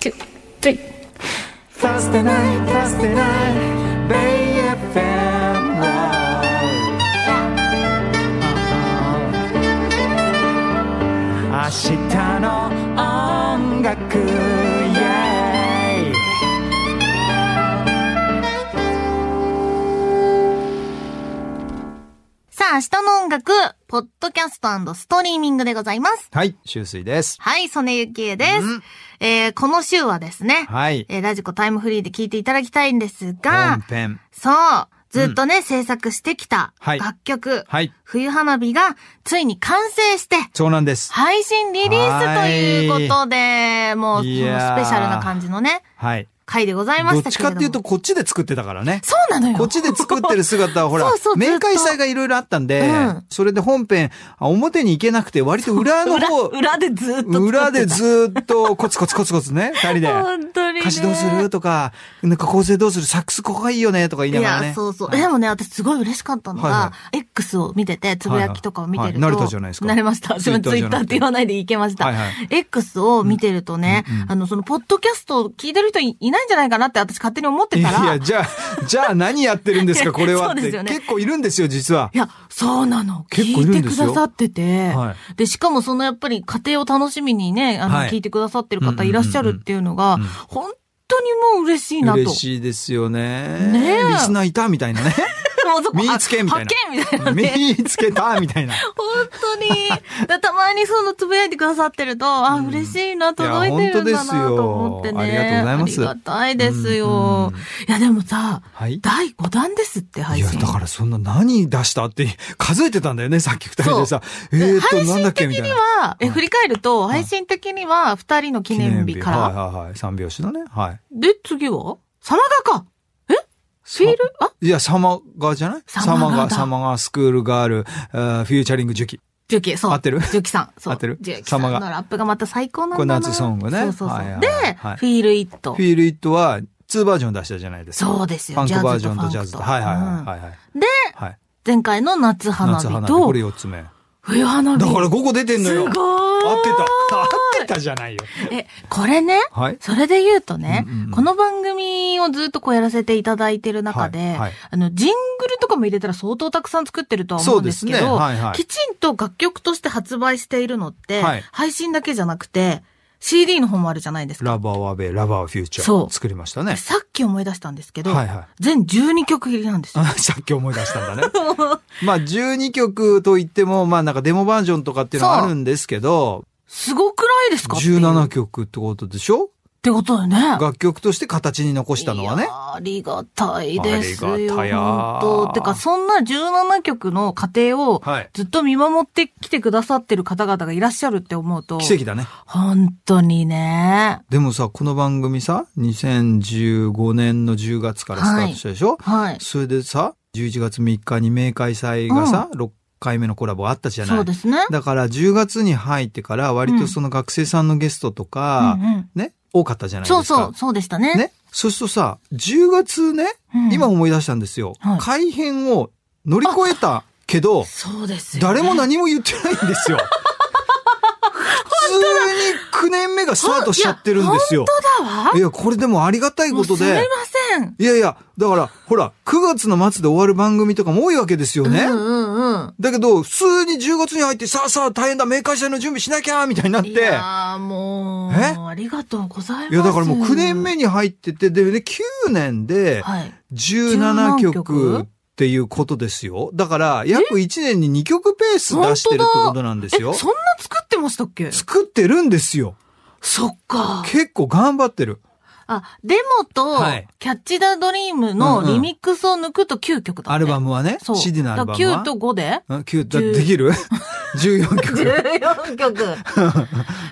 two, three. Thursday night, Thursday night, Bay FM Live 明日の音楽 yeah さあ、明日の音楽、ポッドキャストストリーミングでございます。はい、修水です。はい、曽根ゆきえです。うんえー、この週はですね、はい。えーラジコタイムフリーで聞いていただきたいんですが本、編。そう、ずっとね、制作してきたはい楽曲、はい。冬花火がついに完成して、そうなんです。配信リリースということで、もう、そのスいペシやーャルな感じのね、はい。回でございまどしったちけれかどっも。ていうと、こっちで作ってたからね。そうなのよ。こっちで作ってる姿はほらそうそう、ずっと明快祭がいろいろあったんでうん、それで本編、あ表に行けなくて、割と裏の裏方、裏でずっと作ってた。裏でずーっとコツコツコツコツね、二人で。本当に、ね。歌詞どうするとか、なんか構成どうするサックスここがいいよねとか言いいながらね。や、そうそう。はいでもね、私すごい嬉しかったのが、はいは X を見てて、つぶやきとかを見てると、はいはいはい慣れたじゃないですか慣れま した。すいませんツ Twitter イじゃッなターっくてて言わないでいけました。はいはい X を見てるとね、うんうんあの、その、ポッドキャストを聞いてる人いいないんじゃないかなって私勝手に思っていたら、いや、や、じゃあ、じゃあ何やってるんですか、これはっそうでて。すよね結構いるんですよ、実は。そうなの。結構いるんですよ聞いてくださってて、はで、しかもそのやっぱり家庭を楽しみにね、あの、はい聞いてくださってる方いらっしゃるっていうのが、うんうんうん本当にもう嬉しいなと。嬉しいですよね。ねえリスナーいたみたい なね。もうそこ見つけみたいなあ発見みたいなね。見つけたみたいな。本当に。だたまにそのつぶやいてくださってると、あ、うん嬉しいな、届いてるんだなと思ってね。いや本当ですよありがたいですよ。うんうんいや、でもさ、はい。第5弾ですってい配や、信。だからそんな何出したって数えてたんだよね、さっき二人でさ。えでーっと、配なんだ信っけ的みたいにな。は、え、はい振り返ると、配信的には2人の記念日から。はいはいはい。三拍子のね。はい。で、次はサマガかフフィールあいや、サマガじゃないサマガだサマガ、スクールガール、えーフューチャリングジュキ。ジュキ、そう。合ってるジュキさん。そう。合ってるジュキさんのサマガラップがまた最高なんだなこれ夏ソングねそうそうそう。はいはいはいで、はいフィールイットフ。ィールイットは2バージョン出したじゃないですか。そうですよ。パンクバージョンとジャファンクズと。はいはいはいうんはいはい。で、はい。前回の夏花夏火花火。ことれ4つ目。だか冬花火。ら5個出てんのすよ。合ごーっいて。た。合ってたじゃないよ。え、これね、はい。それで言うとね、うんうんうんこの番組をずっとこうやらせていただいてる中で、はいはいあの、ジングルとかも入れたら相当たくさん作ってるとは思うんですけど、そうですねはいはいきちんと楽曲として発売しているのって、はい配信だけじゃなくて、CD の方もあるじゃないですか。ラバーワベ、ラバーフューチャそー。う作りましたね。さっき思い出したんですけど、はいはい。全12曲入りなんですよ。あさっき思い出 したん だね。まあ12曲といっても、まあなんかデモバージョンとかっていうのはあるんですけど、すごくないですかっていう17っ曲ってことでしょてことだよね。 楽曲として形に残したのはねいや。ーありがたいですよ。ありがたやー本当てか、そんな17曲の過程をはい。ずっと見守ってきてくださってる方々がいらっしゃるって思うと、奇跡だね。本当にね。でもさ、この番組さ、2015年の10月からスタートしたでしょ、はい。それでさ、11月3日に明開祭がさ、6回目のコラボあったじゃないそうですね。だから10月に入ってから割とその学生さんのゲストとか、うんうんね、多かったじゃないですそか。うそう、そうでしたね。ね。そうするとさ、10月ね、うん今、思い出したんですよ。はい改編を乗り越えたけど、そうですよね、誰も何も言ってないんですよ。普通に9年目がスタートしちゃってるんですよ。だわ。いや、これでもありがたいもこうとすみまで。せん。いやいや、だから、ほら、9月の末で終わる番組とかも多いわけですよね。うんうんうん。だけど、普通に10月に入って、さあさあ大変だ、明快祭の準備しなきゃみたいになって。いいや、やーもう、えありがとうございます。だからもう9年目に入ってて、で、で9年ではい。 17 17曲っていうことですよ。だから、約1年に2曲ペース出してるってことなんでえ、すそんなよ。作ってましたっけ作ってるんですよ。そっか。結構頑張ってる。あ、デモとはい、キャッチ・ザ・ドリームのうんうんリミックスを抜くと9曲だ、ねアルバムはねそう。。 CD のアルバムは。だから9と5でうん9だ10できる ?14 曲。?14 曲。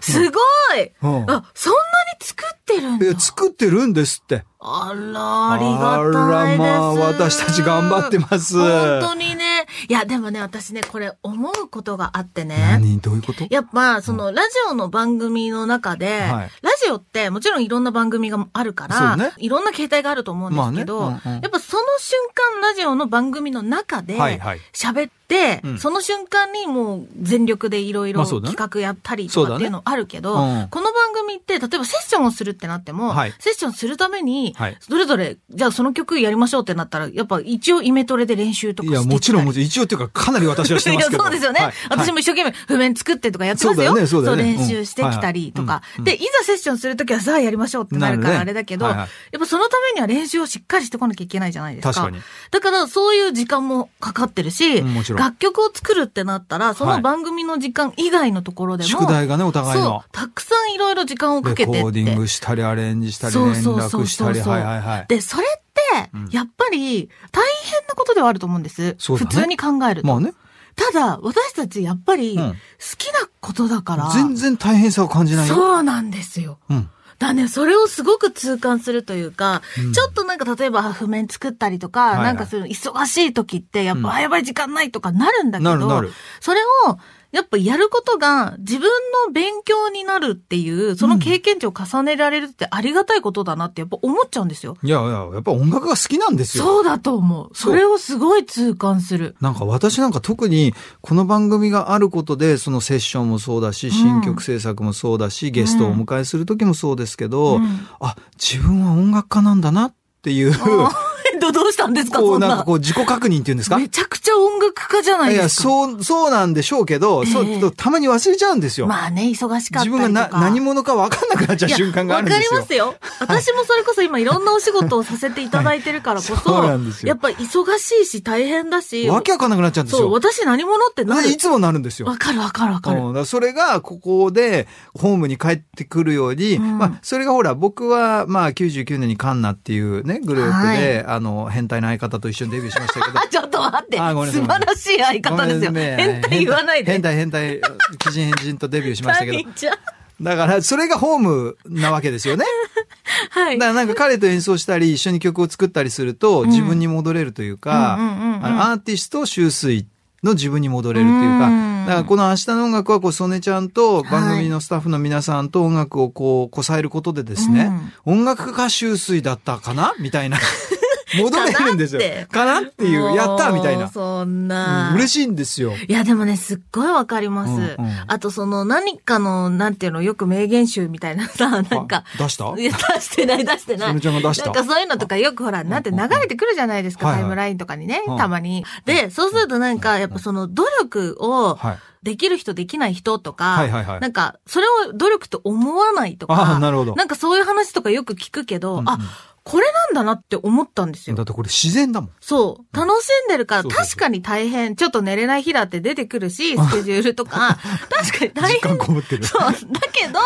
すごいうんあ、そんなに作ってるんいだや。作ってるんですって。あら、ありがたいです。あらまあ、私たち頑張ってます。本当にね。いや、でもね、私ね、これ思うことがあってね。何どういうことやっぱ、その、ラジオの番組の中で、はいラジオってもちろんいろんな番組があるかそら、うねいろんな形態があると思うんですけど、まあねうんうんやっぱその瞬間、ラジオの番組の中で、はいはい。喋っで、うんその瞬間にもう全力でいろいろまあそうだね企画やったりそうとだねかっていうのあるけど、うんこの番組って、例えばセッションをするってなっても、はいセッションするために、はいそれぞれ、じゃあその曲やりましょうってなったら、やっぱ一応イメトレで練習とかいしてや、きたりもちろん、もちろん、一応っていうか、かなり私はしてますけど。いやそうですよね、はい私も一生懸命譜面作ってとかやってますよ。そうだよねそうだよね練習してきたりうとか。んはいはいうんで、いざセッションするときはさあやりましょうってなるかなるらねあれだけど、はいはいやっぱそのためには練習をしっかりしてこなきゃいけないじゃないですか。確かにだからそういう時間もかかってるし、うんもちろん楽曲を作るってなったら、そはのい番組の時間以外のところでも、宿題がね、お互いのそ。う、たくさんいろいろ時間をかレけコてって。ーディングしたり、アレンジしたり、連そうそうそうそう絡したり、はいはいはい。で、それってうん、やっぱり大変なことではあると思うんです。そうだ普ね通に考えると。まあね、ただ、私たちやっぱり、う好んきなことだから、全然大変さを感じないよ。そうなんですよ。うん。だね、それをすごく痛感するというか、うんちょっとなんか例えば譜面作ったりとか、いはいなんかそういう忙しい時って、やっぱ、うんあやばい時間ないとかなるんだけど、なるなる。それを、やっぱやることが自分の勉強になるっていう、その経験値を重ねられるってありがたいことだなってやっぱ思っちゃうんですよ。いやいや、やっぱ音楽が好きなんですよ。そうだと思う。そうそれをすごい痛感する。なんか私なんか特にこの番組があることでそのセッションもそうだしん新曲制作もそうだしゲストをお迎えする時もそうですけど、うんあ自分は音楽家なんだなっていうあー どどうしたんですかこそうんななんかこう自己確認っていうんですかめちゃくちゃ音楽家じゃないいでやすか。そうそうなんでしょうけど、そうええちょっとたまに忘れちゃうんですよ。まあね、忙しかっ自たりと分か。がな何者か分かんなくなっちゃういや瞬間があるんですわよか。りますよ。私もそれこそ今いろんなお仕事をさせていただいてるからこそ、そうなんですよやっぱ忙しいし大変だし、わけ分かんなくなっちゃうんですそう、よ。私何者ってなるいつもなるんですよ。わかるわかるわかうんる。だからそれがここでホームに帰ってくるように、うんまあそれがほら僕はまあ99年にカンナっていうねグループで、あの変態の相方と一緒にデビューしましたけどあ、ちょっと待って。あごめんなさい素晴らしい相方ですよ。ごめんね変態言わないで。変態変態奇人変人とデビューしましたけど何じゃだからそれがホームなわけですよねはい。だからなんか彼と演奏したり一緒に曲を作ったりするとん自分に戻れるというか、うんうんうんうんあのアーティスト周水の自分に戻れるというか、うんだからこの明日の音楽はこう、曽根ちゃんと番組のスタッフの皆さんと音楽をこう、こさえることでですね、音楽家周水だったかなみた いな。戻れるんですよかなって。かなっていう、やったみたいもうな。そんな。嬉しいんですよ。いや、でもね、すっごいわかります。うんうんあと、その、何かの、なんていうの、よく名言集みたいな さ、なんか、あ出したいや、出してない、出してない。それちゃんが出したなんかそういうのとかよくほら、なんて流れてくるじゃないですか、はいはいタイムラインとかにね、うんたまに。で、そうするとなんか、やっぱその努力をはい。できる人、できない人とか、はいはいはいなんか、それを努力と思わないとあか、あ、なるほど。なんかそういう話とかよく聞くけど、うんうんあ、これなんだなって思ったんですよだっ。てこれ自然だもん。そう。楽しんでるから、そうそうそう確かに大変。ちょっと寝れない日だって出てくるし、スケジュール とか。確かに大実感。変こもってる。そう。だけ ど、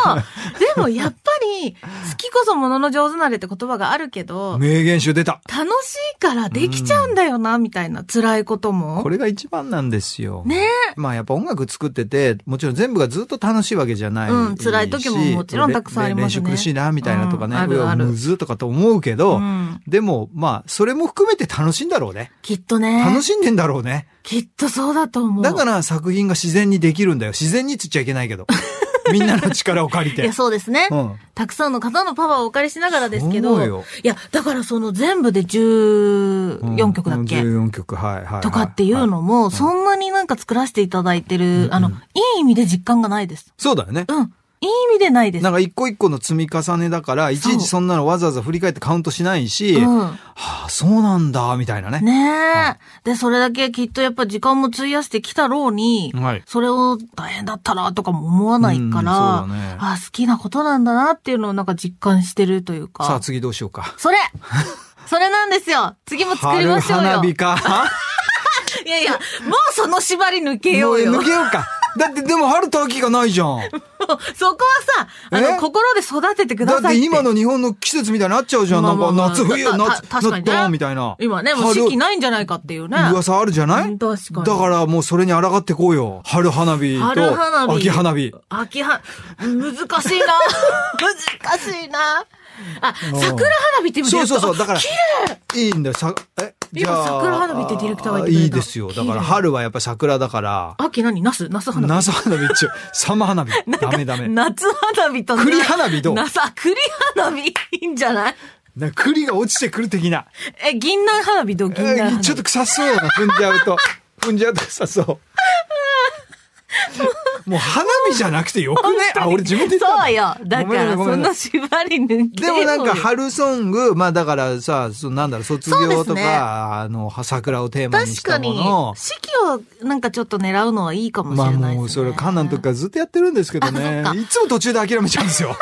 でもやっぱり、好きこそものの上手なれって言葉があるけど、名言集出た。楽しいからできちゃうんだよな、みたいな辛いこともこ。れが一番なんですよ。ねまあやっぱ音楽作ってて、もちろん全部がずっと楽しいわけじゃないし。うん辛い時ももちろんたくさんありますねれれ練習苦しいな、みたいなとかね。うんあるあるうわむずっとかと思うけど、うん、でもまあ、それも含めて楽しいんだろうね。きっとね。楽しんでんだろうね。きっとそうだと思う。だから作品が自然にできるんだよ。自然につっちゃいけない けど。みんなの力を借りいてや、。そうですね。うん。たくさんの方のパワーをお借りしながらですけそうどよ、いや、だからその全部でうん14曲だっけ、 14曲、はい、はいはい。とかっていうはいのも、そんなになんか作らせていただいてる、あの、いい意味で実感がないです。そうだよね。うん。いい意味でないです。なんか一個一個の積み重ねだから、いちいちそんなのわざわざ振り返ってカウントしないし、うはん。あ、そうなんだ、みたいなね。ねえ。で、それだけきっとやっぱ時間も費やしてきたろうに、はい。それを大変だったらとかも思わないから、うんそうだねあ好きなことなんだなっていうのをなんか実感してるというか。さあ次どうしようか。それ それなんですよ次も 作りましょうよ春花火か。いやいや、もうその縛り抜けもよううよ。 抜けようか。だってでも春と秋がないじゃん。そこはさ、あえの、心で育ててくだださいって。って今の日本の季節みたいになっちゃうじゃん。まなあんまあかまあ夏冬たた夏た確かにねドンみたいな。今ね、もう四季春ないんじゃないかっていうね。噂あるじゃなういん確かにだからもうそれに抗ってこうよ。春花火春花と火秋花火。秋は、 難しいな。難しいな。あ、うん桜花火って今そうそうディレクターそう。だから、いいんだよ。さ、え、じゃあ。今桜花火ってディレクターが言ってくれたいいですよ。だか綺麗ら春はやっぱ桜だから、秋何ナスナス花火。夏花火一応、サマ花火。ダメダメ。夏花火と栗花火どうなさ、栗花火いいんじゃないな栗が落ちてくる的な。え、銀杏花火どう銀杏花え火。ちょっと臭そうな踏んじゃうと。うんじゃ高さ そう。もう花火じゃなくてよくね。あ、俺自分で言ったんだそうよ。だごかめんなさら、いごめそんのな縛り抜けでようもよなんか春ソング、まあだからさ、そのなんだろう、卒業そとか、うですねあの、桜をテーマにし確かたもにのを、、四季をなんかちょっと狙うのはいいかもしまあれないですね。もうそれカンナの時からずっとやってるんですけどねあそっ、かいつも途中で諦めちゃうんです よ。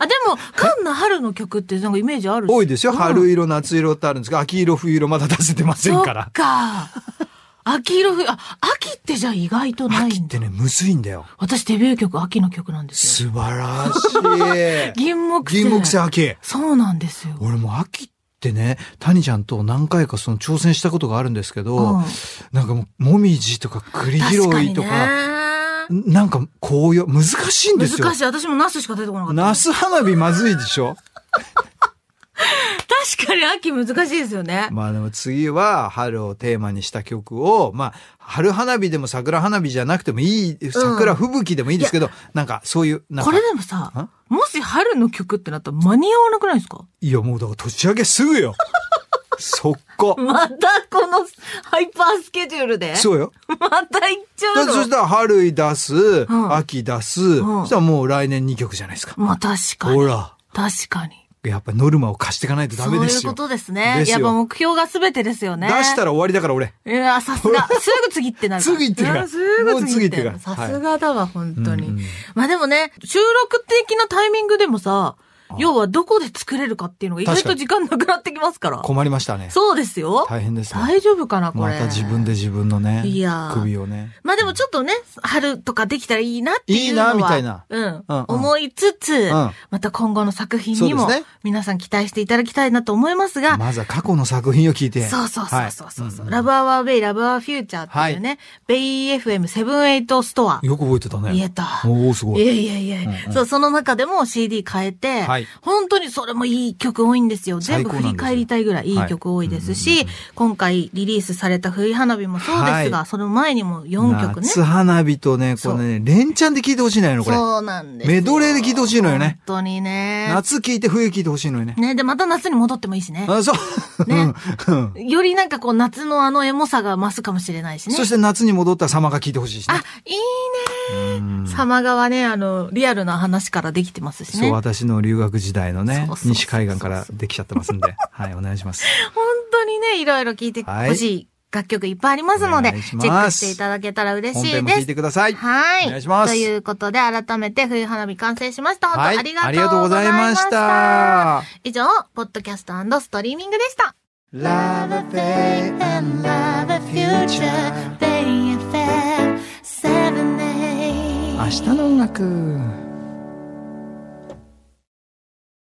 あ、でも、カンナ春の曲ってなんかイメージあるし多いですよ。うん春色、夏色ってあるんですが、秋色、冬色まだ出せてませんかそらっ。か。秋色冬、あ、秋ってじゃあ意外とない秋んってだ。ね、むずいんだよ。私デビュー曲秋の曲なんですよ。素晴らしい。 銀木星。銀木星秋。そうなんですよ。俺も秋ってね、谷ちゃんと何回かその挑戦したことがあるんですけど、うんなんかもう、もみじとか栗拾確かいにとねか、なんか紅葉、難しいんですよ難。しい。私もナスしか出てこなかった。ナス花火まずいでしょ確かに秋難しいですよね。 まあでも次は春をテーマにした曲を、まあ春花火でも桜花火じゃなくてもいい、桜吹雪でもいいですけど、なんかそういう、なんこかれでもさ、もし春の曲ってなったら間に合わなくないですかいやもうだから年明けす ぐよ。速攻。またこのハイパースケジュールでそうよ。また行っちだゃってそうしのたら春出す、ん秋出す、んそしたらもう来年2曲じゃないですか。まあ確かほに。ら、確かに。やっぱノルマを貸していかないとダメですよ。そういうことですね。ですよやっぱ目標が全てですよ出ね。したら終わりだから俺。いや、さ すが。すぐ次ってなるから。すぐ行ってるからうんすぐ次行もってうる。次行ってるかさらはいすがだわ、本当うんうにん。まあでもね、収録的なタイミングでもさ、要はどこで作れるかっていうのが意外と時間なくなってきますから。困りましたね。そうですよ。大変ですね。大丈夫かな、こまれ。た自分で自分のねいや、ー首をね。まあでもちょっとね、春とかできたらいいなっていうのは。いいなみたいなうん。うんうん思いつつ、んまた今後の作品にそもうですね、皆さん期待していただきたいなと思いますが、まずは過去の作品を聞いて。そうそうそうそうそうそう、はいラブアワーベイ、ラブアワーフューチャーっていうね、ベイ FM78 ストア。よく覚えてたね。言えた。おおすごいい。やいやいや、うんうんそう、その中でも CD 変えて、はい本当にそれもいい曲多いんですよ。全部最高なんですよ振り返りたいぐらいいい曲多いですし、今回リリースされた冬花火もそうですが、はその前にも4曲ね。夏花火とね、これね、連チャンで聞いてほしいのよ、これ。そうなんですよ。メドレーで聴いてほしいのよね本当にね。夏聞いて冬聞いてほしいのよね。ね、で、また夏に戻ってもいいしね。あ、そう。ねうんうんよりなんかこう夏のあのエモさが増すかもしれないしね。そして夏に戻ったら様が聞いてほしいしねあ。、いいね。うん様がはね、あの、リアルな話からできてますしそね。う、本私の留学時代のそうねそうそう、そう西海岸からできちゃってますんで。はい、お願いします。当にね、いろいろ聞いてほしい楽曲いっぱいありますので、お願いしチェますックしていただけたら嬉本しい編も聞いでてす。ください。はい。お願いしますということで、改めて冬花火完成しました。本当、はいありがとうございましありがた。とうございました。以上、ポッドキャストストリーミングでした。 Love a day and love a future. 明日の音楽。